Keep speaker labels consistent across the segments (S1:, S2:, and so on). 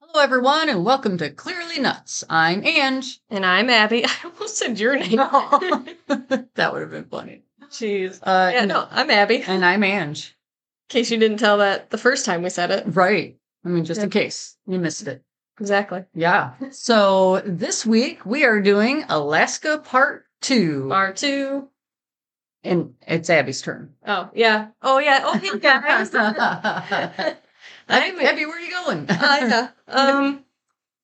S1: Hello, everyone, and welcome to Clearly Nuts. I'm Ange.
S2: And I'm Abby. I almost said your name.
S1: that would have been funny.
S2: Jeez.
S1: Uh,
S2: Yeah, no, I'm Abby. In
S1: And I'm Ange.
S2: case you didn't tell that the first time we said it.
S1: Right. I mean, just in
S2: Yeah.
S1: case you missed it.
S2: Exactly.
S1: Yeah. So this week we are doing Alaska Part Two,
S2: Bar two.
S1: and it's Abby's turn.
S2: Oh, yeah. Oh, yeah. Oh, hey, guys.
S1: Abby,
S2: I'm,
S1: Abby, where are you going?
S2: I, uh, um,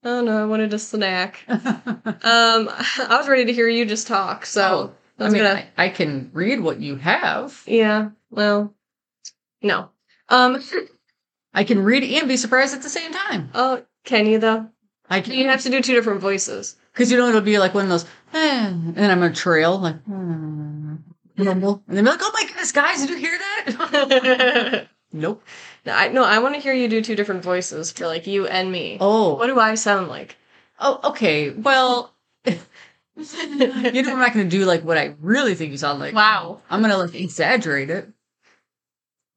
S2: oh, no, I wanted a snack. Um, I was ready to hear you just talk, so I
S1: I
S2: was
S1: mean,
S2: gonna,
S1: I, I can read what you have.
S2: yeah, well, no. Um,
S1: I can read and be surprised at the same time.
S2: oh, can you though?
S1: I can
S2: You have to do two different voices.
S1: Because you know it'll be like one of those, eh, and I'm gonna trail like, hmm, rumble, and then be like, oh my goodness, guys, did you hear that?
S2: no,
S1: nope.
S2: I, no, I want to hear you do two different voices for like you and me. What
S1: Oh,
S2: do I sound like?
S1: oh, okay. Well, you know I'm not gonna do like what I really think you sound like.
S2: Wow.
S1: I'm gonna like exaggerate it.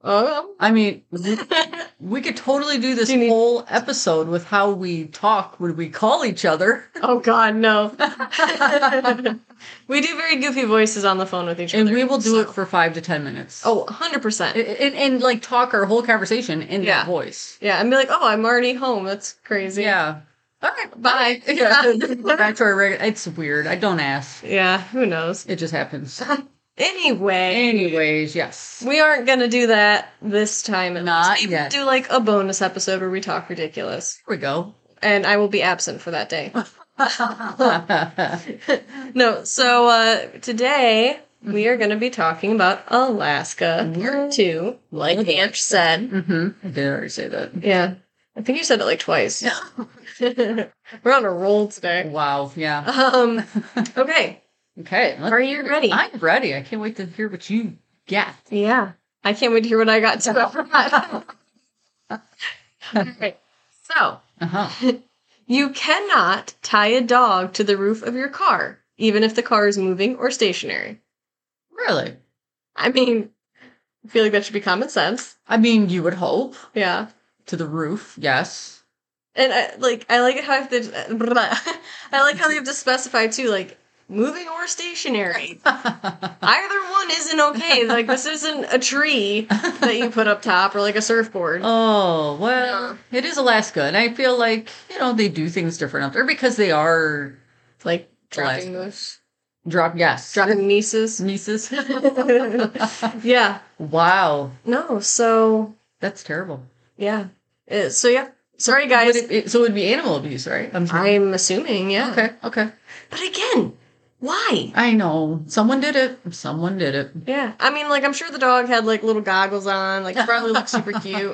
S2: Oh.
S1: I mean,
S2: well.
S1: we could totally do this
S2: Do you need-
S1: whole episode with how we talk when we call each other,
S2: oh God, no. we do very goofy voices on the phone with each
S1: and
S2: other.
S1: we will do it
S2: so-
S1: for five to ten minutes.
S2: Oh, 100%.
S1: and, and, and, like talk our whole conversation in
S2: Yeah.
S1: that voice.
S2: Yeah, and be like, oh, I'm already home. That's crazy.
S1: Yeah. All right.
S2: Bye.
S1: Yeah. Back to our regular. It's weird. I don't ask.
S2: Yeah, who knows?
S1: It just happens.
S2: Anyway,
S1: Anyways, yes.
S2: we aren't going to do that this time. at
S1: Not
S2: least. Maybe
S1: yet.
S2: do like a bonus episode where we talk ridiculous.
S1: Here we go.
S2: And I will be absent for that day.
S1: Mm-hmm.
S2: No, so uh, today we are going to be talking about Alaska
S1: We're-
S2: Part 2, like
S1: Okay.
S2: Ange said.
S1: hmm I did already say that.
S2: Yeah. I think you said it like twice. We're on a roll today.
S1: wow. Yeah.
S2: Um, okay.
S1: Okay. let's-
S2: Are you ready?
S1: I'm ready. I can't wait to hear what you get.
S2: yeah. I can't wait to hear what I got to. I forgot. All right. So,
S1: Uh-huh.
S2: you cannot tie a dog to the roof of your car, even if the car is moving or stationary.
S1: Really?
S2: I mean, I feel like that should be common sense.
S1: I mean, you would hope
S2: Yeah.
S1: to the roof. Yes.
S2: And I like I like how I have to I like how they have to specify too, like moving or stationary.
S1: Oh,
S2: Either one isn't okay. Like this isn't a tree that you put up top or like a surfboard.
S1: Oh, well,
S2: Yeah.
S1: it is Alaska, and I feel like, you know, they do things different up there because they are
S2: like
S1: dropping
S2: moose.
S1: drop yes.
S2: Dropping nieces.
S1: nieces. Mm-hmm.
S2: yeah.
S1: wow.
S2: No, so
S1: That's terrible.
S2: yeah. Uh, so yeah. Sorry guys.
S1: Would it be- so it would be animal abuse, right? I'm sorry.
S2: I'm assuming, yeah.
S1: okay, okay.
S2: But again, why?
S1: I know. Someone did it. Someone did it.
S2: Yeah. I mean like I'm sure the dog had like little goggles on, like probably looked super cute.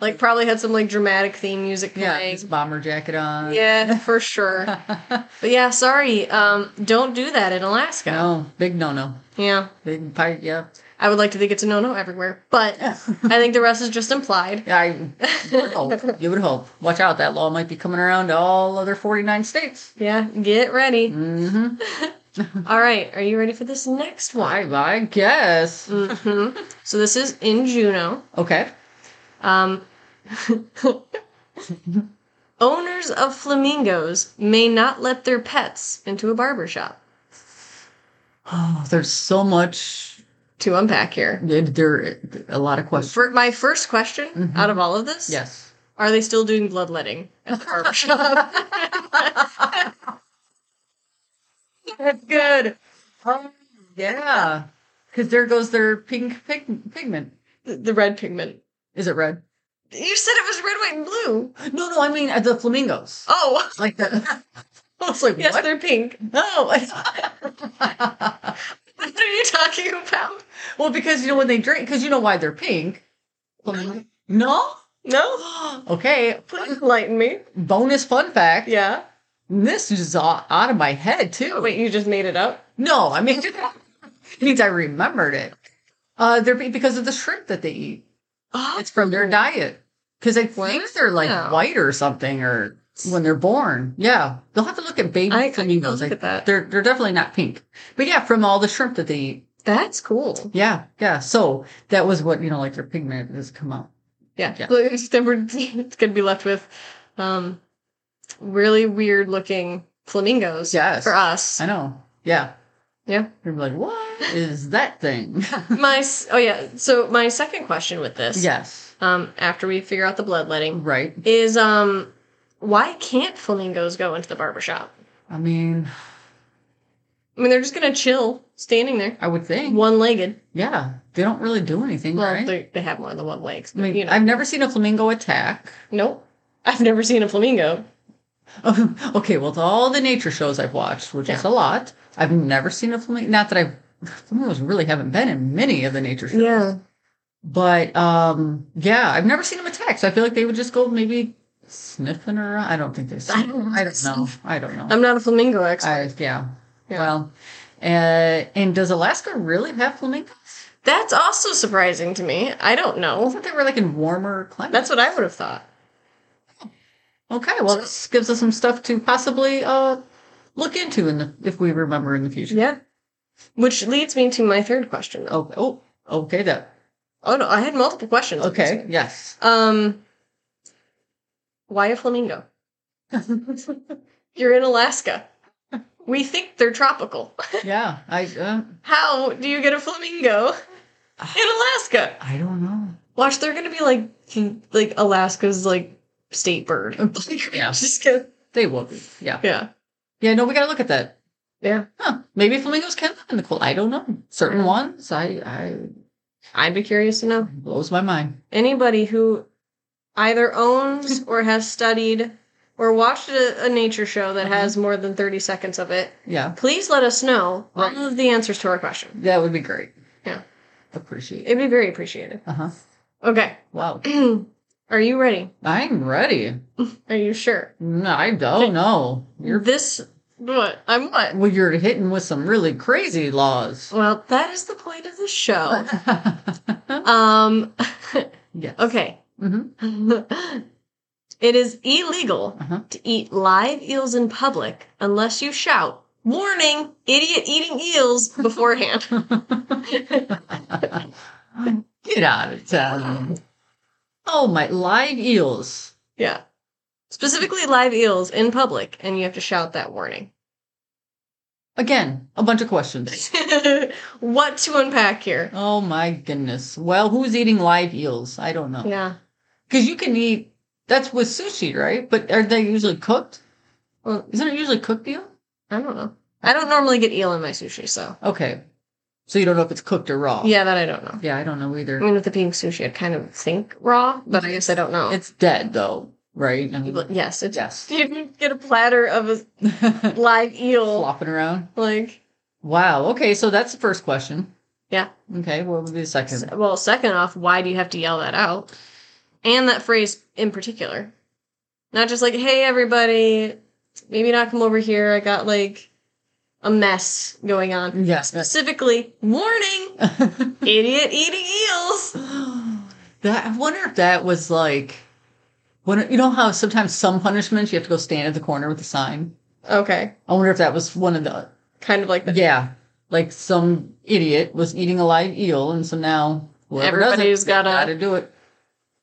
S2: Like probably had some like dramatic theme music
S1: yeah,
S2: playing.
S1: his bomber jacket on.
S2: Yeah, for sure. But yeah, sorry. Um, don't do that in Alaska.
S1: no, big no no.
S2: Yeah.
S1: Big pie, yeah.
S2: I would like to think it's a no no everywhere, but I think the rest is just implied.
S1: I would hope. You would hope. Watch out. That law might be coming around to all other 49 states.
S2: yeah, get ready.
S1: Mm-hmm.
S2: All right, are you ready for this next one?
S1: I, I guess.
S2: hmm So this is in Juneau.
S1: Okay.
S2: Um, owners of flamingos may not let their pets into a barber shop.
S1: Oh, there's so much.
S2: To unpack here.
S1: There a lot of questions.
S2: For my first question
S1: Mhm.
S2: out of all of this,
S1: Yes.
S2: are they still doing bloodletting at the barber shop?
S1: That's good. Um, yeah. Because there goes their pink pig- pigment.
S2: the the red pigment.
S1: Is it red?
S2: You said it was red, white, and blue.
S1: No, no, I mean uh, the flamingos.
S2: Oh,
S1: Like the. I was like,
S2: yes,
S1: what?
S2: they're pink.
S1: No.
S2: What are you talking about?
S1: well, because you know when they drink, because you know why they're pink. Flamingo- No?
S2: No,
S1: Okay.
S2: please enlighten me.
S1: Bonus fun fact.
S2: Yeah. Oh,
S1: This is all out of my head, too.
S2: Wait, you just made it up?
S1: No, I mean, it means I remembered it. Uh, they're be- because of the shrimp that they eat.
S2: Oh,
S1: It's from their diet. Because I think they're like
S2: Wow.
S1: white or something, or when they're born. Yeah, they'll have to look at baby
S2: I- I can
S1: flamingos.
S2: look
S1: I-
S2: at that.
S1: They're they're definitely not pink, but yeah, from all the shrimp that they eat.
S2: that's cool.
S1: Yeah, yeah. So that was what you know, like their pigment has come out.
S2: Yeah.
S1: Yeah.
S2: Then we're going to be left with, um, really weird looking flamingos
S1: Yes.
S2: for us.
S1: I know. Yeah.
S2: Yeah.
S1: You're like, what is that thing?
S2: My s- oh yeah. So my second question with this,
S1: yes.
S2: um, after we figure out the bloodletting,
S1: Right.
S2: is um, why can't flamingos go into the barbershop?
S1: I mean,
S2: I mean, they're just gonna chill standing there,
S1: I would think.
S2: one legged.
S1: Yeah. They don't really do anything,
S2: Well,
S1: right?
S2: they they have more than one
S1: I
S2: legs. But,
S1: mean,
S2: you know,
S1: I've never seen a flamingo attack.
S2: nope. I've never seen a flamingo.
S1: okay, well, to all the nature shows I've watched, which is a lot, I've never seen a flamingo. Not that I've, flamingos really haven't been in many of the nature shows.
S2: Yeah.
S1: But um, yeah, I've never seen them attack. So I feel like they would just go maybe sniffing around. I don't think they sniff.
S2: I don't know.
S1: I don't know. I don't know.
S2: I'm not a flamingo expert.
S1: I, yeah.
S2: Yeah.
S1: Well, uh, and does Alaska really have flamingos?
S2: That's also surprising to me. I don't
S1: I
S2: know.
S1: thought they were like in warmer climates.
S2: That's what I would have thought.
S1: okay. Well, this gives us some stuff to possibly uh, look into in the, if we remember in the future.
S2: Yeah. Which leads me to my third question. Oh,
S1: Oh, oh, okay. That
S2: oh no, I had multiple questions. on this
S1: okay.
S2: one.
S1: Yes.
S2: Um, why a flamingo? You're in Alaska. We think they're tropical.
S1: yeah. I um,
S2: How do you get a flamingo in Alaska?
S1: I don't know.
S2: Watch, they're gonna be like like Alaska's like state bird. Like,
S1: Yeah.
S2: Just gonna,
S1: They will be. Yeah.
S2: yeah.
S1: Yeah. No, we gotta look at that.
S2: Yeah.
S1: Huh. Maybe flamingos can live in the cold. I don't know. Certain
S2: Yeah.
S1: ones, I, I
S2: I'd be curious to know.
S1: blows my mind.
S2: anybody who either owns or has studied or watched a, a nature show that has more than 30 seconds of it,
S1: Yeah,
S2: please let us know
S1: Right.
S2: all of the answers to our question.
S1: that would be great.
S2: Yeah.
S1: appreciate. it.
S2: It'd be very appreciated.
S1: Uh huh.
S2: Okay.
S1: Wow.
S2: Are you ready?
S1: I'm ready.
S2: Are you sure?
S1: No, I don't know. You're
S2: This. What? I'm what?
S1: well, you're hitting with some really crazy laws.
S2: Well, that is the point of the show.
S1: yes.
S2: um, okay.
S1: Mm-hmm.
S2: it is illegal
S1: Uh-huh.
S2: to eat live eels in public unless you shout, warning, idiot eating eels beforehand.
S1: Get out of town. Oh my, live eels.
S2: yeah. Specifically live eels in public, and you have to shout that warning.
S1: Again, a bunch of questions.
S2: what to unpack here?
S1: Oh my goodness. Well, who's eating live eels? I don't know.
S2: Yeah.
S1: Because you can eat, that's with sushi, right? But are they usually cooked?
S2: Well,
S1: Isn't it usually cooked eel?
S2: I don't know. I don't normally get eel in my sushi, so.
S1: Okay. So you don't know if it's cooked or raw?
S2: Yeah, Mm. that I don't know.
S1: Yeah, I don't know
S2: I
S1: either.
S2: mean, with it being sushi, I kind of think raw, but I guess I don't know.
S1: It's dead though, right? I mean,
S2: yes, it's.
S1: yes.
S2: You can get a platter of a live eel.
S1: Flopping around.
S2: Like,
S1: Wow. Okay, so that's the first question.
S2: Yeah.
S1: Okay, what would be the second?
S2: well, second off, why do you have to yell that out? And that phrase in particular. Not just like, hey, everybody, maybe not come over here. I got like a mess going on.
S1: Yes.
S2: Specifically, warning, idiot eating eels.
S1: that I wonder if that was like when you know how sometimes some punishments you have to go stand at the corner with a sign.
S2: Okay.
S1: I wonder if that was one of the
S2: Kind of like that.
S1: yeah, like some idiot was eating a live eel, and so now whoever
S2: Everybody's
S1: does it,
S2: gotta-
S1: got to do it.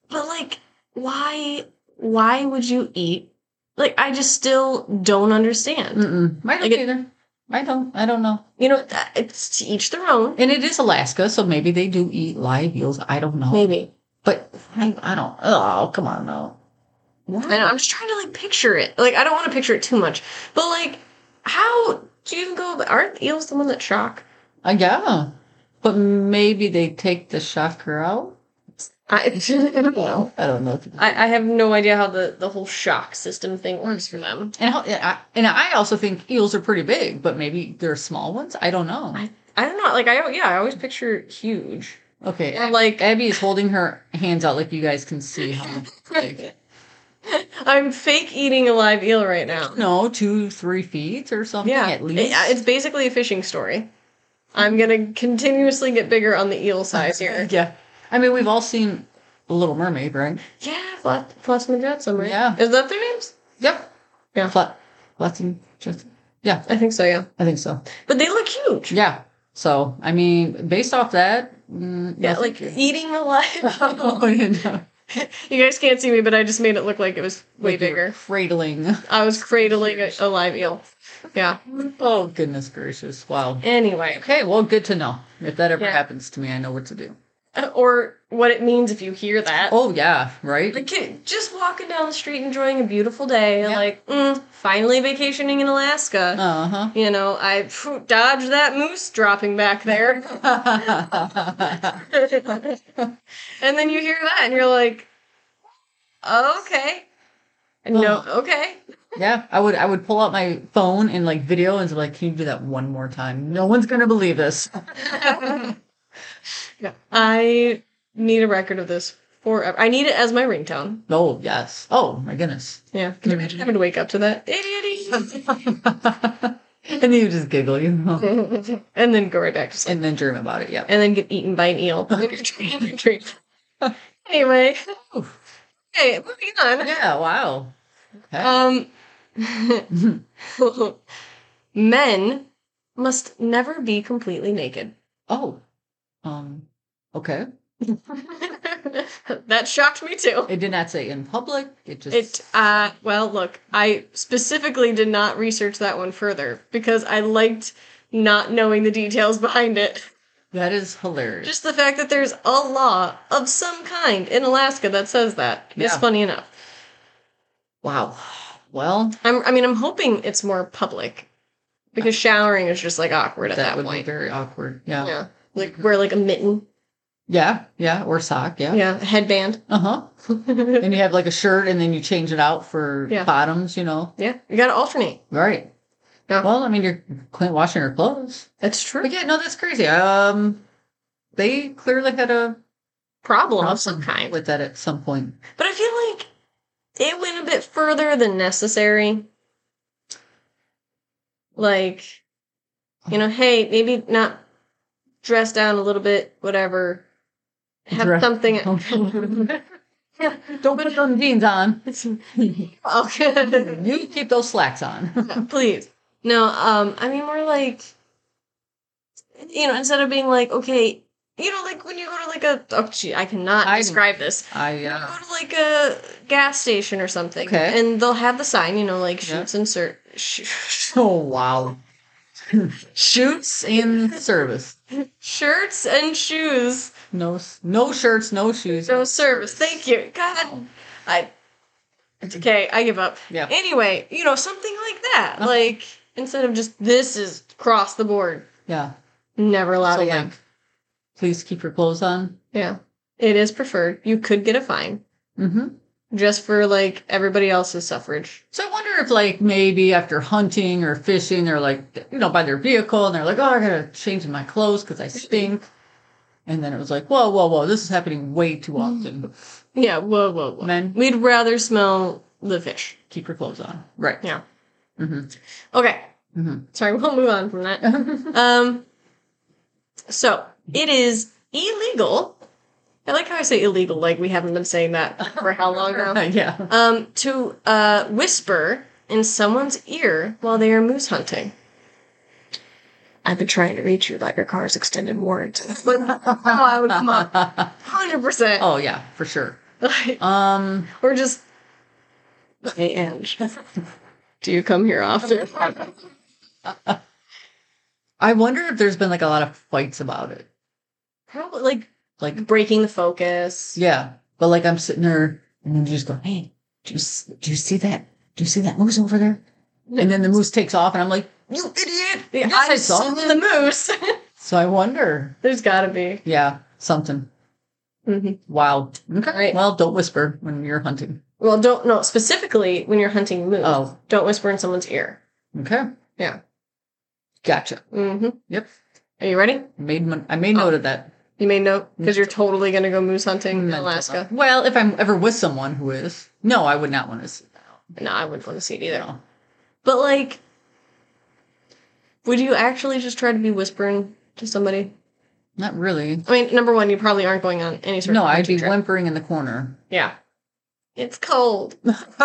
S2: But like, why, why would you eat? Like, I just still don't understand.
S1: Mm-mm. I don't
S2: Like it-
S1: either. I don't. I don't know.
S2: You know, that- it's to each their own.
S1: And it is Alaska, so maybe they do eat live eels. I don't know.
S2: Maybe.
S1: But I, I don't. Oh, come on now.
S2: I know, I'm just trying to like picture it. Like I don't want to picture it too much, but like how do you even go? Aren't eels the one that shock?
S1: I Uh, yeah. But maybe they take the chakra out.
S2: I, I don't know.
S1: I don't know. If
S2: I, I have no idea how the the whole shock system thing works for them.
S1: and, how, and I, and I also think eels are pretty big, but maybe they're small ones. I don't know.
S2: I I don't know. Like I yeah, I always picture huge
S1: Okay.
S2: or like
S1: Abby is holding her hands out like you guys can see how big.
S2: I'm fake eating a live eel right now.
S1: No, two, three feet or something
S2: Yeah,
S1: at least.
S2: It- uh, it's basically a fishing story. I'm gonna continuously get bigger on the eel size here.
S1: yeah. I mean, we've all seen The Little Mermaid, right?
S2: yeah, Flat, Flotsam and Jetsam, right?
S1: Yeah.
S2: Is that their names?
S1: Yep.
S2: Yeah.
S1: Flat, Flotsam, just yeah,
S2: I think so. Yeah.
S1: I think so.
S2: But they look huge.
S1: Yeah. So I mean, based off that, mm,
S2: Yeah,
S1: no,
S2: like
S1: thank you.
S2: eating alive.
S1: Oh, yeah, no.
S2: You guys can't see me, but I just made it look like it was way
S1: Like you were
S2: bigger.
S1: Cradling.
S2: I was cradling a, a live eel. Yeah.
S1: Oh goodness gracious! Wow.
S2: Anyway,
S1: Okay, well, good to know. If that ever
S2: Yeah.
S1: happens to me, I know what to do.
S2: Uh, or what it means if you hear that.
S1: Oh yeah, right.
S2: Like it- just walking down the street, enjoying a beautiful day,
S1: Yeah.
S2: like mm, finally vacationing in Alaska.
S1: Uh
S2: you know, I phew, dodged that moose dropping back there,
S1: huh.
S2: and then you hear that, and you're like, okay, no, okay,
S1: yeah, I would. I would pull out my phone and like video and be like, "Can you do that one more time? No one's gonna believe this."
S2: yeah. I need a record of this forever. I need it as my ringtone.
S1: Oh yes. Oh my goodness.
S2: Yeah,
S1: Can you
S2: can you
S1: imagine?
S2: having to wake up to that? Idiot.
S1: and then you just giggle, you know,
S2: and then go right back to sleep.
S1: and then dream about it. Yeah.
S2: and then get eaten by an eel. anyway,
S1: Oof.
S2: okay, moving on.
S1: Yeah. Wow. Okay.
S2: Um, men must never be completely naked.
S1: oh. Um. Okay.
S2: that shocked me too.
S1: It did not say in public. It just.
S2: It uh well look, I specifically did not research that one further because I liked not knowing the details behind it.
S1: that is hilarious.
S2: Just the fact that there's a law of some kind in Alaska that says that is
S1: Yeah.
S2: funny enough.
S1: wow. Well,
S2: I'm, I mean, I'm hoping it's more public because showering is just like awkward at
S1: that,
S2: that,
S1: would
S2: point.
S1: be very awkward. Yeah. Yeah.
S2: yeah. Like wear like a mitten.
S1: Yeah. Or sock. Yeah.
S2: Yeah. a headband.
S1: Uh huh.
S2: yeah.
S1: And you have like a shirt, and then you change it out for
S2: Yeah.
S1: bottoms. You know.
S2: You got to alternate.
S1: Right.
S2: Yeah.
S1: Well, I mean, you're clean- washing your clothes.
S2: That's true.
S1: But yeah, no, that's crazy. Um, they clearly had a
S2: Problem of some
S1: problem
S2: kind.
S1: with that at some point.
S2: But I feel like it went a bit further than necessary. Like, you know, hey, maybe not dress down a little bit, whatever. Have
S1: Dress-
S2: something.
S1: Don't put those jeans on.
S2: okay.
S1: You keep those slacks on.
S2: Oh, please no um i mean more like you know instead of being like okay you know like when you go to like a oh gee i cannot
S1: I-
S2: describe this
S1: I
S2: You
S1: uh,
S2: go to like a gas station or something
S1: Okay.
S2: and they'll have the sign you know like
S1: Yeah.
S2: shoots and ser- sh-
S1: oh wow. Shoots in service.
S2: shirts and shoes
S1: No, s- no shirts, no shoes.
S2: no service thank you god i okay i give up
S1: Yeah.
S2: anyway you know something like that
S1: Uh-huh.
S2: like instead of just this is cross the board
S1: Yeah.
S2: never allowed
S1: So
S2: again
S1: like, please keep your clothes on.
S2: Yeah. It is preferred. You could get a fine
S1: hmm
S2: just for like everybody else's suffrage.
S1: So I wonder if like maybe after hunting or fishing, they're like you know by their vehicle and they're like, oh, I gotta change my clothes because I stink. And then it was like, whoa, whoa, whoa, this is happening way too
S2: Mm-hmm.
S1: often.
S2: Yeah, whoa, whoa, whoa.
S1: Men,
S2: We'd rather smell the fish.
S1: keep your clothes on. Right.
S2: Yeah.
S1: hmm
S2: Okay.
S1: hmm
S2: Sorry, we'll move on from that. Um so it is illegal. I like how I say illegal, like we haven't been saying that for how long now.
S1: yeah.
S2: Um, to uh whisper in someone's ear while they are moose hunting. I've been trying to reach you about your car's extended warranty. I would come up. Hundred percent.
S1: oh yeah, for sure. Um,
S2: or just hey Ange, do you come here often?
S1: I wonder if there's been like a lot of fights about it.
S2: Probably like
S1: Like,
S2: breaking the focus.
S1: yeah, but like I'm sitting there and then you just go, hey, do you, s- do you see that? Do you see that moose over there? And then the moose takes off, and I'm like, you idiot!
S2: Yeah,
S1: Yes, I saw
S2: saw the moose.
S1: So I wonder.
S2: There's gotta be.
S1: Yeah, something.
S2: Mhm.
S1: Wow. Okay.
S2: Right.
S1: Well, don't whisper when you're hunting.
S2: Well, don't no specifically when you're hunting moose.
S1: Oh.
S2: Don't whisper in someone's ear.
S1: Okay.
S2: Yeah.
S1: Gotcha.
S2: Mm-hmm.
S1: Yep.
S2: Are you ready?
S1: Made mon- I made note of that.
S2: You may know because you're totally gonna go moose hunting Oh. in
S1: Mm-hmm. Mental
S2: Alaska.
S1: health. Well, if I'm ever with someone who is, no, I would not want to sit down.
S2: No, I wouldn't want to see it either.
S1: No.
S2: But like, would you actually just try to be whispering to somebody?
S1: Not really.
S2: I mean, number one, you probably aren't going on any sort
S1: No,
S2: of
S1: I'd be
S2: hunting trip.
S1: whimpering in the corner.
S2: Yeah. It's cold.
S1: I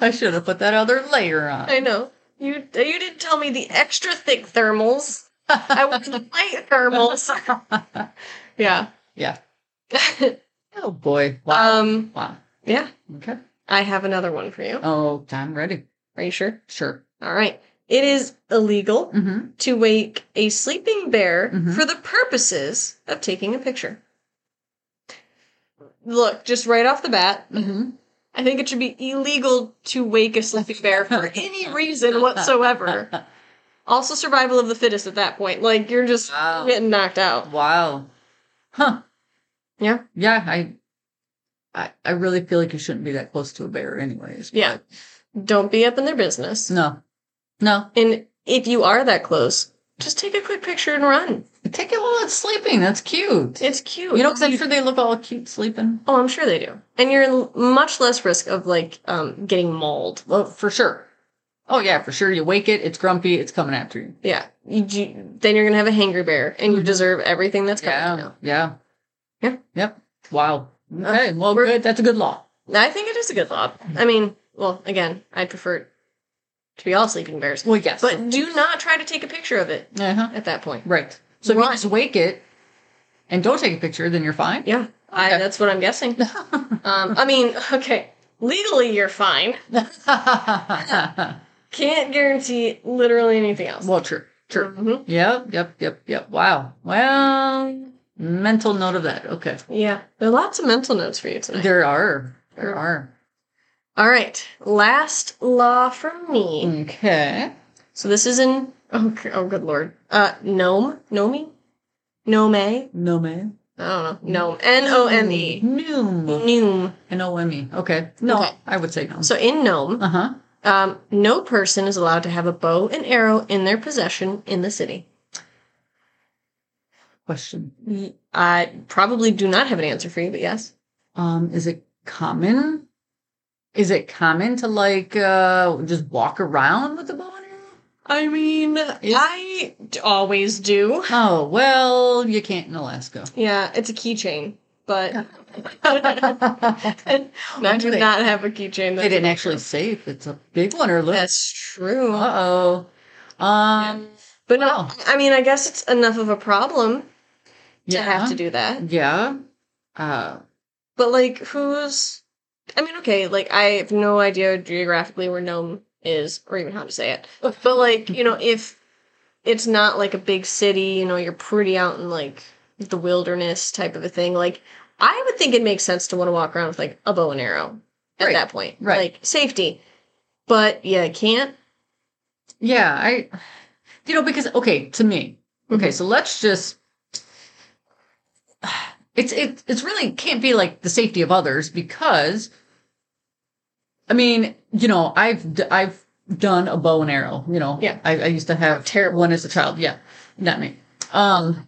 S2: I
S1: should have put that other layer on.
S2: know. You you didn't tell me the extra thick thermals. I wanted the light thermals. yeah.
S1: Yeah. Oh boy. Wow.
S2: um,
S1: wow.
S2: yeah,
S1: Okay.
S2: I have another one for you.
S1: Oh, I'm ready.
S2: Are you sure?
S1: Sure.
S2: All right. It is illegal
S1: Mm-hmm.
S2: to wake a sleeping bear
S1: Mhm.
S2: for the purposes of taking a picture. Look, just right off the bat,
S1: Mm-hmm.
S2: I think it should be illegal to wake a sleeping bear for any reason whatsoever. Also, survival of the fittest at that point. Like, you're just
S1: Wow.
S2: getting knocked out.
S1: Wow. Huh.
S2: Yeah.
S1: Yeah. I, I, I really feel like you shouldn't be that close to a bear, anyways. but-
S2: Yeah. Don't be up in their business.
S1: No. No.
S2: And if you are that close, just take a quick picture and run.
S1: Take it while it's sleeping. That's cute.
S2: It's cute.
S1: you know, because I'm sure they look all cute sleeping.
S2: Oh, I'm sure they do. And you're in much less risk of like um, getting mauled.
S1: Well, for sure. Oh yeah, for sure. You wake it. It's grumpy. It's coming after you.
S2: Yeah. You, you, then you're gonna have a hangry bear, and you
S1: Mhm.
S2: deserve everything that's coming.
S1: Yeah.
S2: Yeah. Now.
S1: Yeah.
S2: Yeah. Uh,
S1: Yep. Wow. Okay. Well,
S2: We're-
S1: good. That's a good law.
S2: I think it is a good law. I mean, well, again, I'd prefer it to be all sleeping bears,
S1: Well, yes.
S2: but do not try to take a picture of it
S1: uh-huh.
S2: at that point.
S1: Right. So if you
S2: Right.
S1: just wake it and don't take a picture, then you're fine.
S2: Yeah, I,
S1: Okay.
S2: that's what I'm guessing. um, I mean, okay, legally you're fine.
S1: well,
S2: Can't guarantee literally anything else.
S1: true. True.
S2: Mhm.
S1: Yep. Yep. Yep. Yep. Wow. Well, mental note of that. Okay.
S2: Yeah, there are lots of mental notes for you tonight.
S1: There are. There are.
S2: All right, last law from me.
S1: Mm. Okay.
S2: So this is in oh, g- oh good lord. Uh Gnome? Gnomi? Nome? I
S1: No man.
S2: don't know. Gnome. N O M E.
S1: Noom.
S2: Gnome.
S1: N O M E. Okay. No,
S2: Okay.
S1: I would say no.
S2: So in Gnome,
S1: Uh huh.
S2: um, no person is allowed to have a bow and arrow in their possession in the city.
S1: Question.
S2: I probably do not have an answer for you, but yes.
S1: Um, is it common? Is it common to like uh just walk around with the bow and arrow?
S2: I mean, I always do.
S1: Oh well, you can't in Alaska.
S2: Yeah, it's a keychain, but
S1: they
S2: I do
S1: They-
S2: not have a keychain. that's
S1: didn't
S2: a
S1: actually
S2: bow.
S1: say if it's a big one or a little.
S2: That's true.
S1: Uh oh. Um.
S2: But
S1: Wow.
S2: no, I mean, I guess it's enough of a problem
S1: Yeah.
S2: to have to do that.
S1: Yeah. Uh.
S2: But like, who's? I mean, okay, like I have no idea geographically where Nome is, or even how to say it. But like, you know, if it's not like a big city, you know, you're pretty out in like the wilderness type of a thing. Like, I would think it makes sense to want to walk around with like a bow and arrow at
S1: Right,
S2: that point,
S1: right.
S2: Like safety. But yeah, I can't.
S1: Yeah. I. You know because okay to me
S2: Mm-hmm.
S1: okay so let's just. It's it it's really can't be like the safety of others because. I mean, you know, I've d- I've done a bow and arrow. You know,
S2: Yeah.
S1: I, I used to have
S2: Terrible.
S1: one as a child. Yeah, not me. Um,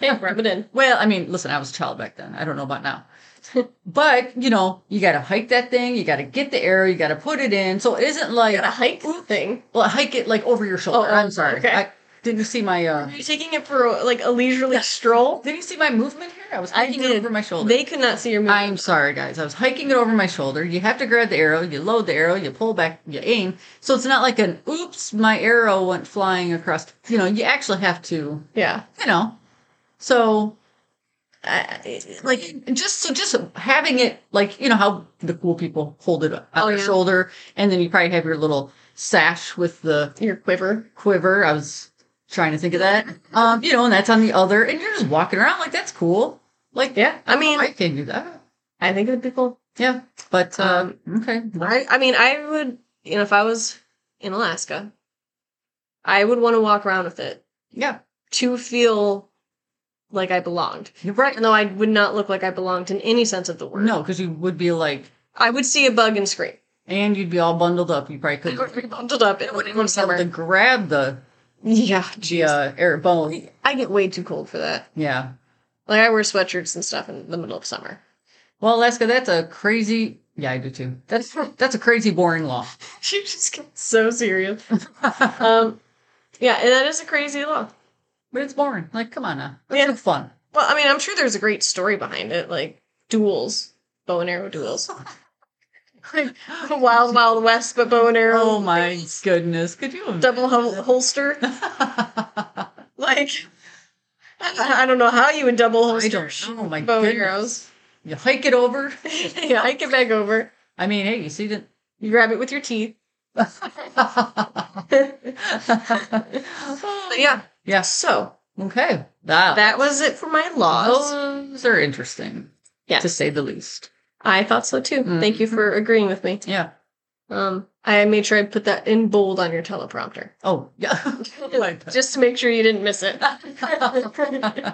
S2: Yeah, rub it in.
S1: Well, I mean, listen, I was a child back then. I don't know about now. but, you know, you got to hike that thing. You got to get the arrow. You got to put it in. So it isn't like,
S2: Got a hike thing.
S1: well, hike it like over your shoulder.
S2: Oh, oh,
S1: I'm sorry.
S2: okay.
S1: I, did you see my, uh,
S2: Are you taking it for like a leisurely stroll?
S1: did you see my movement here? I was
S2: I
S1: hiking it
S2: did.
S1: over my shoulder.
S2: They could not see your movement.
S1: I'm sorry, guys. I was hiking it over my shoulder. You have to grab the arrow. You load the arrow. You pull back. You aim. So it's not like an oops, my arrow went flying across. You know, you actually have to,
S2: yeah.
S1: you know. So
S2: I, like
S1: like just so just having it like you know how the cool people hold it on
S2: Oh,
S1: their
S2: yeah.
S1: shoulder and then you probably have your little sash with the
S2: your quiver.
S1: quiver i was trying to think of that um you know and that's on the other and you're just walking around like that's cool like
S2: Yeah, I mean,
S1: i can do that
S2: I think it would be cool.
S1: yeah but um okay
S2: I, I mean, I would, you know, if I was in Alaska, I would want to walk around with it
S1: yeah
S2: to feel like I belonged.
S1: you're right
S2: Even though I would not look like I belonged in any sense of the word.
S1: no because you would be like
S2: I would see a bug and scream.
S1: and you'd be all bundled up you probably
S2: I
S1: couldn't
S2: would be bundled up. It wouldn't even
S1: have to
S2: summer.
S1: grab the
S2: Yeah,
S1: the
S2: geez.
S1: uh, air bone
S2: I get way too cold for that.
S1: yeah
S2: Like I wear sweatshirts and stuff in the middle of summer.
S1: well alaska that's a crazy yeah i do too that's that's a crazy boring law
S2: she just gets so serious. um, yeah, and that is a crazy law.
S1: But it's boring. Like, come on now.
S2: Yeah.
S1: Let's have fun.
S2: Well, I mean, I'm sure there's a great story behind it, like duels, bow and arrow duels. Like, wild, wild west, but bow and arrow.
S1: Oh my goodness. Could you
S2: Double hol- holster.
S1: imagine?
S2: Like, I, I don't know how you would double
S1: I
S2: holster
S1: don't know. Oh My
S2: bow and
S1: goodness.
S2: arrows.
S1: You hike it over.
S2: yeah, hike it back over.
S1: I mean, hey, you see that?
S2: You grab it with your teeth.
S1: Oh.
S2: But yeah.
S1: Yeah.
S2: So
S1: Okay. That,
S2: that was it for my
S1: Oh.
S2: laws.
S1: those are interesting.
S2: Yeah.
S1: To say the least.
S2: I thought so too. Thank you
S1: Mm-hmm.
S2: for agreeing with me.
S1: Yeah.
S2: Um, I made sure I put that in bold on your teleprompter.
S1: Oh, yeah. like that.
S2: Just to make sure you didn't miss it. All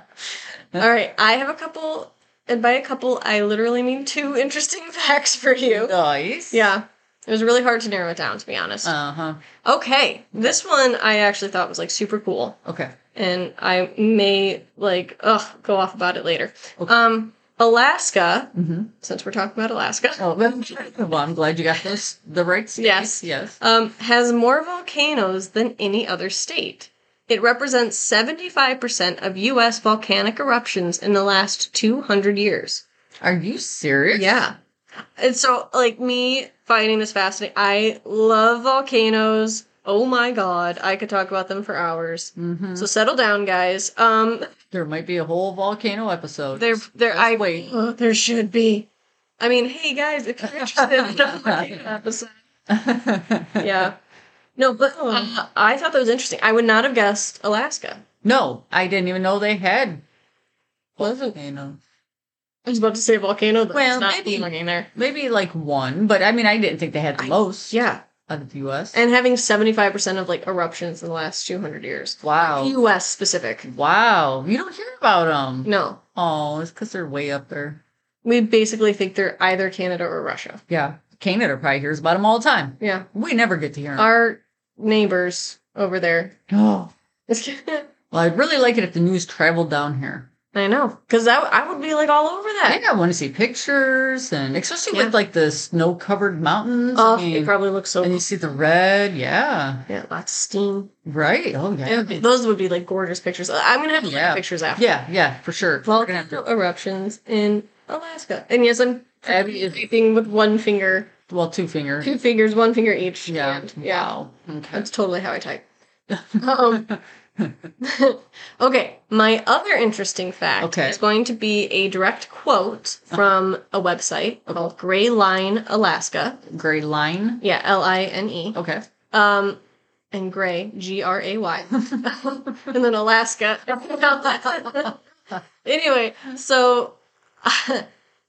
S2: right, I have a couple, and by a couple, I literally mean two interesting facts for you.
S1: nice.
S2: Yeah, it was really hard to narrow it down, to be honest.
S1: Uh huh.
S2: okay, this one I actually thought was like super cool,
S1: Okay.
S2: and I may like ugh go off about it later.
S1: Okay.
S2: Um, Alaska,
S1: Mm-hmm.
S2: since we're talking about Alaska,
S1: Oh, well, well, I'm glad you got this. The right state.
S2: Yes.
S1: Yes.
S2: um, has more volcanoes than any other state. It represents 75% of U.S. volcanic eruptions in the last 200 years.
S1: Are you serious?
S2: Yeah. And so, like, me finding this fascinating, I love volcanoes. Oh my god, I could talk about them for hours.
S1: Mm-hmm.
S2: So settle down, guys. Um,
S1: There might be a whole volcano episode.
S2: there, there, I
S1: wait.
S2: Oh, there should be. I mean, hey guys, if you're interested in another volcano episode, yeah. No, but
S1: Oh.
S2: uh, I thought that was interesting. I would not have guessed Alaska.
S1: no, I didn't even know they had
S2: Wasn't-
S1: volcano.
S2: I was about to say volcano, but
S1: Well,
S2: it's not
S1: maybe.
S2: belonging there.
S1: Maybe like one, but I mean, I didn't think they had the
S2: I-
S1: most
S2: Yeah,
S1: out of the U.S.
S2: and having seventy five percent of like eruptions in the last two hundred years,
S1: wow,
S2: U.S. specific.
S1: wow, you don't hear about them.
S2: No,
S1: Oh, it's because they're way up there.
S2: we basically think they're either Canada or Russia.
S1: Yeah, Canada probably hears about them all the time.
S2: Yeah.
S1: We never get to hear them.
S2: Our neighbors over there.
S1: oh,
S2: I
S1: well, I'd really like it if the news traveled down here.
S2: know. Because that I would be like all over
S1: I
S2: that.
S1: think I want to see pictures, and especially
S2: Yeah.
S1: with like the snow-covered mountains.
S2: Oh,
S1: I mean,
S2: it probably looks so
S1: and
S2: cool.
S1: you see the red. Yeah,
S2: Yeah, lots of steam.
S1: right. Oh,
S2: It
S1: yeah.
S2: would be- those would be like gorgeous pictures. Uh, I'm gonna have to yeah.
S1: Yeah.
S2: pictures after.
S1: Yeah, yeah, for sure. We're gonna have to- Uh,
S2: Volcano eruptions in Alaska. And yes, I'm
S1: Abby is-
S2: typing with one finger,
S1: well, two finger.
S2: two fingers, one finger each.
S1: yeah.
S2: hand. yeah.
S1: Wow. Okay.
S2: That's totally how I type. Um, okay, my other interesting fact
S1: Okay.
S2: is going to be a direct quote from a website called Gray Line Alaska.
S1: Gray line.
S2: Yeah, L I N E.
S1: Okay.
S2: Um, and Gray, G R A Y. And then Alaska. anyway, so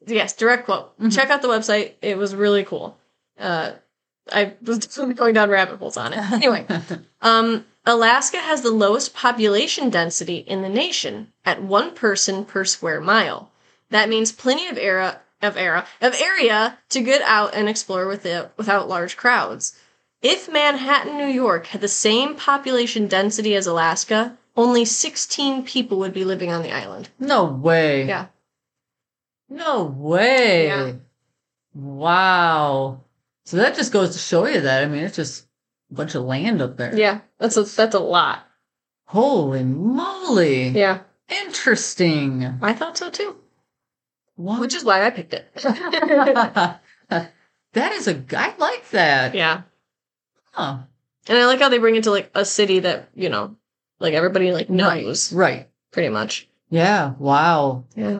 S2: yes, direct quote.
S1: Mhm.
S2: Check out the website. It was really cool. Uh, I was definitely going down rabbit holes on it. Anyway, um, Alaska has the lowest population density in the nation at one person per square mile. That means plenty of era of era of area to get out and explore with it without large crowds. If Manhattan, New York had the same population density as Alaska, only 16 people would be living on the island.
S1: No way.
S2: Yeah.
S1: No way.
S2: Yeah.
S1: Wow. So that just goes to show you that. I mean, it's just a bunch of land up there.
S2: Yeah, that's a, that's a lot.
S1: Holy moly.
S2: Yeah,
S1: Interesting.
S2: I thought so too,
S1: Wow.
S2: which is why I picked it.
S1: that is a g- I like that.
S2: yeah.
S1: Huh.
S2: And I like how they bring it to like a city that, you know, like everybody like
S1: Right.
S2: knows
S1: Right.
S2: pretty much.
S1: Yeah. Wow.
S2: Yeah.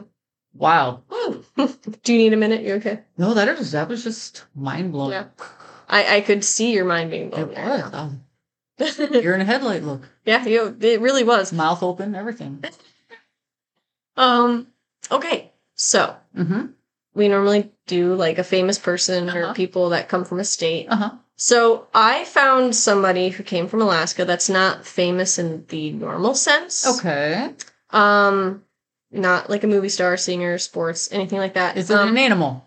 S1: Wow.
S2: Do you need a minute? You okay?
S1: No, that is that was just mind blowing.
S2: Yeah. Oh, I, I could see your mind being
S1: It
S2: blown.
S1: was.
S2: there.
S1: Um, you're in a headlight look.
S2: yeah, you, it really was.
S1: Mouth open, everything.
S2: Um, okay. So
S1: Mm-hmm.
S2: we normally do like a famous person or
S1: Uh-huh.
S2: people that come from a state.
S1: Uh-huh.
S2: So I found somebody who came from Alaska that's not famous in the normal sense.
S1: Okay.
S2: Um, not like a movie star, singer, sports, anything like that.
S1: Is it
S2: Um,
S1: an animal?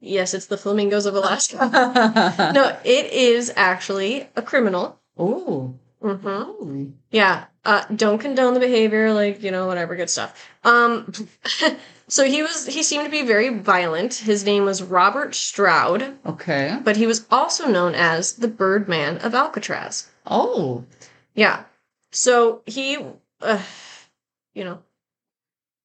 S2: Yes, it's the flamingos of Alaska.
S1: no.
S2: no, it is actually a criminal.
S1: Oh.
S2: Mm-hmm. Yeah. Uh, don't condone the behavior, like, you know, whatever, good stuff. Um, so he was, he seemed to be very violent. His name was Robert Stroud,
S1: Okay.
S2: but he was also known as the Birdman of Alcatraz.
S1: Oh.
S2: Yeah. So he, uh, you know,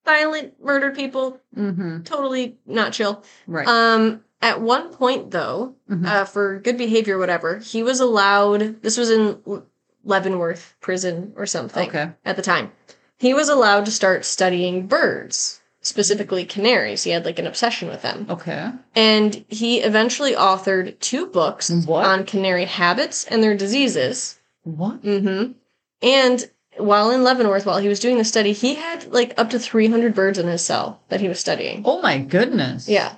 S2: violent, murdered people,
S1: Mm-hmm.
S2: totally not chill.
S1: Right.
S2: Um, at one point, though,
S1: Mhm.
S2: uh, for good behavior, whatever. He was allowed. This was in L- Leavenworth prison or something
S1: okay.
S2: at the time. he was allowed to start studying birds, specifically canaries. He had like an obsession with them.
S1: Okay.
S2: And he eventually authored two books
S1: What?
S2: on canary habits and their diseases.
S1: What?
S2: Mm-hmm. And while in Leavenworth, while he was doing the study, he had like up to 300 birds in his cell that he was studying.
S1: Oh my goodness.
S2: Yeah.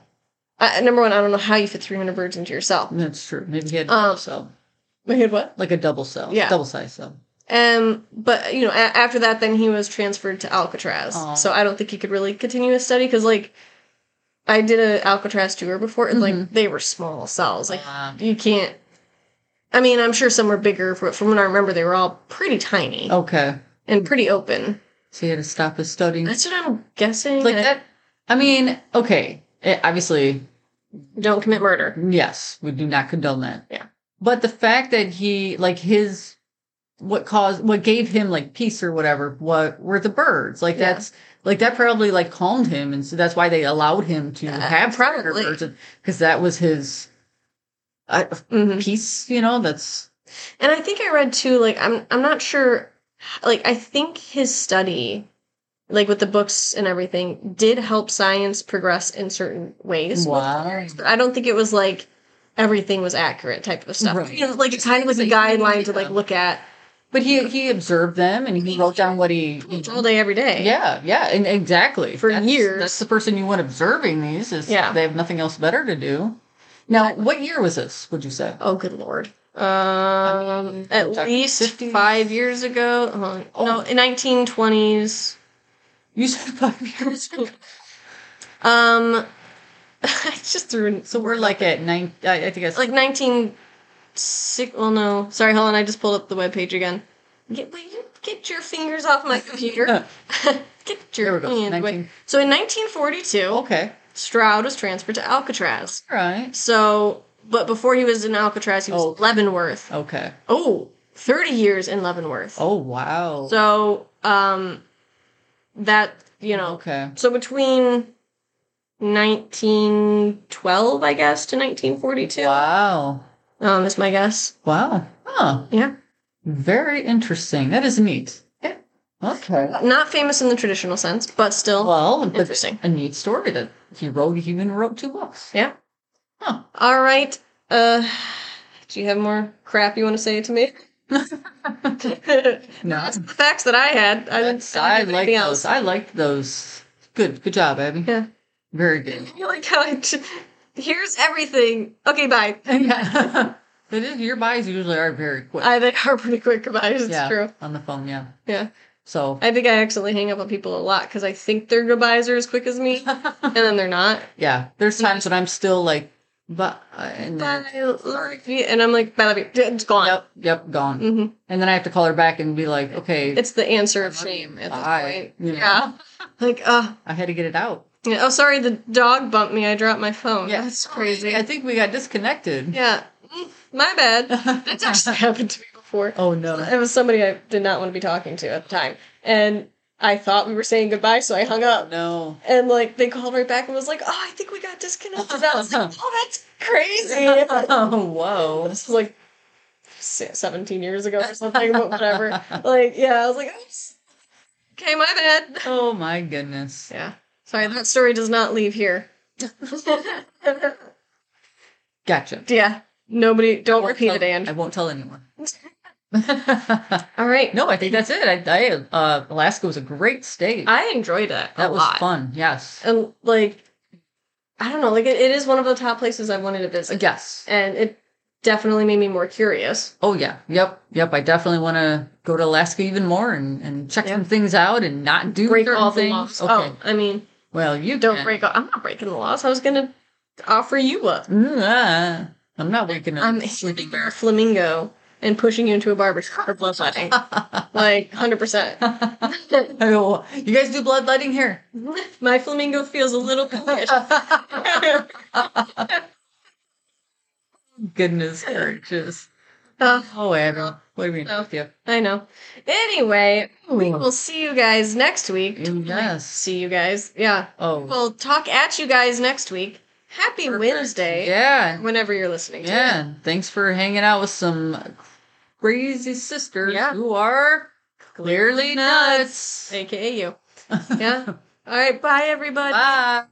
S2: I, number one, I don't know how you fit 300 birds into your cell.
S1: That's true. Maybe he had a
S2: Um,
S1: double cell.
S2: I had what?
S1: Like a double cell.
S2: yeah.
S1: Double size cell.
S2: Um, but you know, a- after that, then he was transferred to Alcatraz.
S1: Aw.
S2: So I don't think he could really continue his study because, like, I did a Alcatraz tour before, and like they were small cells. Like
S1: Wow.
S2: you can't. I mean, I'm sure some were bigger, but from what I remember, they were all pretty tiny
S1: Okay.
S2: and pretty open.
S1: So he had to stop his studying.
S2: That's what I'm guessing.
S1: like
S2: and I-
S1: that. I mean, okay. It, obviously,
S2: Don't commit murder.
S1: yes, we do not condone that.
S2: Yeah.
S1: But the fact that he, like, his, what caused, what gave him, like, peace or whatever, what were the birds. Like,
S2: Yeah.
S1: that's, like, that probably, like, calmed him. And so that's why they allowed him to
S2: Uh,
S1: have predator
S2: probably.
S1: birds. Because that was his uh,
S2: hmm
S1: peace, you know? That's,
S2: And I think I read too, like I'm I'm not sure like I think his study, like with the books and everything, did help science progress in certain ways.
S1: wow.
S2: I don't think it was like everything was accurate type of stuff.
S1: Right.
S2: You know, like it's kind of like a
S1: Just like,
S2: guideline to
S1: yeah.
S2: like look at
S1: But he, he observed them and he wrote down what he,
S2: all day every day.
S1: Yeah, yeah, and exactly.
S2: For
S1: That's-
S2: years.
S1: That's the person you want observing these is
S2: Yeah.
S1: they have nothing else better to do. Now, what year was this, would you say?
S2: Oh good lord. Um
S1: mean,
S2: at
S1: we're talking
S2: least
S1: 50s?
S2: five years ago. Uh,
S1: Oh.
S2: No, in nineteen twenties.
S1: You said five years ago.
S2: Um I just threw in
S1: So we're like at nine, I, I think it's
S2: like 19 six, well no sorry hold on i just pulled up the webpage again get, will you get your fingers off my computer get
S1: There
S2: your
S1: we go,
S2: hand away.
S1: 19.
S2: so in 1942
S1: Uh, okay.
S2: stroud was transferred to alcatraz
S1: All right.
S2: so but before he was in alcatraz he was
S1: Oh.
S2: in leavenworth
S1: Okay.
S2: oh 30 years in leavenworth
S1: Oh, wow.
S2: so um that you know
S1: okay.
S2: so between 1912 i guess to 1942
S1: Wow.
S2: um is my guess
S1: Wow. Huh.
S2: yeah
S1: Very interesting. That is neat. Yeah. Okay.
S2: not famous in the traditional sense, but still.
S1: Well, but
S2: Interesting.
S1: a neat story that he wrote. He even wrote two books.
S2: yeah.
S1: Huh.
S2: All right. Uh, do you have more crap you want to say to me?
S1: No.
S2: That's the facts that I had. I didn't. I,
S1: I
S2: didn't have
S1: like
S2: anything
S1: those. I liked those. Good. Good job, Abby.
S2: Yeah.
S1: Very good.
S2: You like how I? T- Here's everything. Okay, bye.
S1: Yeah. it is, your buys usually are very quick.
S2: I they are pretty quick about It's
S1: yeah,
S2: true.
S1: On the phone, yeah.
S2: Yeah.
S1: So,
S2: I think I accidentally hang up on people a lot because I think their goodbyes are as quick as me, and then they're not.
S1: yeah, there's times when I'm still like, but, and then,
S2: Bye, love you. and I'm like, bye, love you. It's gone.
S1: yep, yep, gone.
S2: hmm
S1: And then I have to call her back and be like, okay,
S2: It's the answer of
S1: I love you.
S2: shame at this
S1: Bye.
S2: point.
S1: You know?
S2: Yeah. Like, uh,
S1: I had to get it out.
S2: Yeah, Oh, sorry, the dog bumped me. I dropped my phone.
S1: Yeah.
S2: Oh, That's crazy.
S1: I think we got disconnected.
S2: yeah. Mm, My bad. That's actually happened to me before.
S1: oh, no.
S2: It was somebody I did not want to be talking to at the time. And I thought we were saying goodbye, so I hung up.
S1: Oh, No.
S2: And like they called right back and was like, "Oh, I think we got disconnected." And I was like, "Oh, that's crazy." this
S1: Oh, whoa.
S2: was like se- seventeen years ago or something, but whatever. Like, yeah, I was like, "Oops, okay, my bad."
S1: Oh, my goodness.
S2: Yeah, sorry, that story does not leave here.
S1: Gotcha.
S2: Yeah. Nobody, don't
S1: Won't
S2: repeat
S1: tell-
S2: it,
S1: I
S2: Anne.
S1: won't tell anyone.
S2: All right.
S1: no, I think that's it. I, I uh, Alaska was a great state.
S2: I enjoyed it. a
S1: that was
S2: lot.
S1: fun. Yes.
S2: And like, I don't know. Like, it, it is one of the top places I wanted to visit,
S1: Yes.
S2: and it definitely made me more curious.
S1: Oh yeah. Yep. Yep. I definitely want to go to Alaska even more and, and check
S2: Yeah.
S1: some things out and not do
S2: Break
S1: certain
S2: all the
S1: things.
S2: laws.
S1: Okay.
S2: Oh, I mean,
S1: Well, you
S2: don't
S1: can.
S2: break. All, I'm not breaking the laws. I was gonna offer you up.
S1: Mm, ah. I'm not waking up.
S2: I'm
S1: sleeping
S2: hitting
S1: bear.
S2: a flamingo and pushing you into a barbershop for bloodletting. like, hundred percent.
S1: Oh, you guys do bloodletting here?
S2: My flamingo feels a little Uh, bit.
S1: Goodness gracious. Oh, Abby. What do we
S2: No.
S1: with you?
S2: I know. Anyway, we
S1: Ooh.
S2: will see you guys next week.
S1: Ooh, yes.
S2: See you guys. Yeah.
S1: Oh.
S2: We'll talk at you guys next week. Happy Wednesday.
S1: yeah.
S2: Whenever you're listening to it.
S1: Yeah. Thanks for hanging out with some crazy sisters
S2: Yeah.
S1: who are Clearly nuts.
S2: AKA you. Yeah. All right. Bye, everybody.
S1: Bye.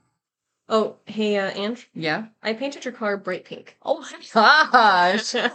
S2: Oh, hey, uh, Ange,
S1: Yeah.
S2: I painted your car bright pink.
S1: Oh my gosh.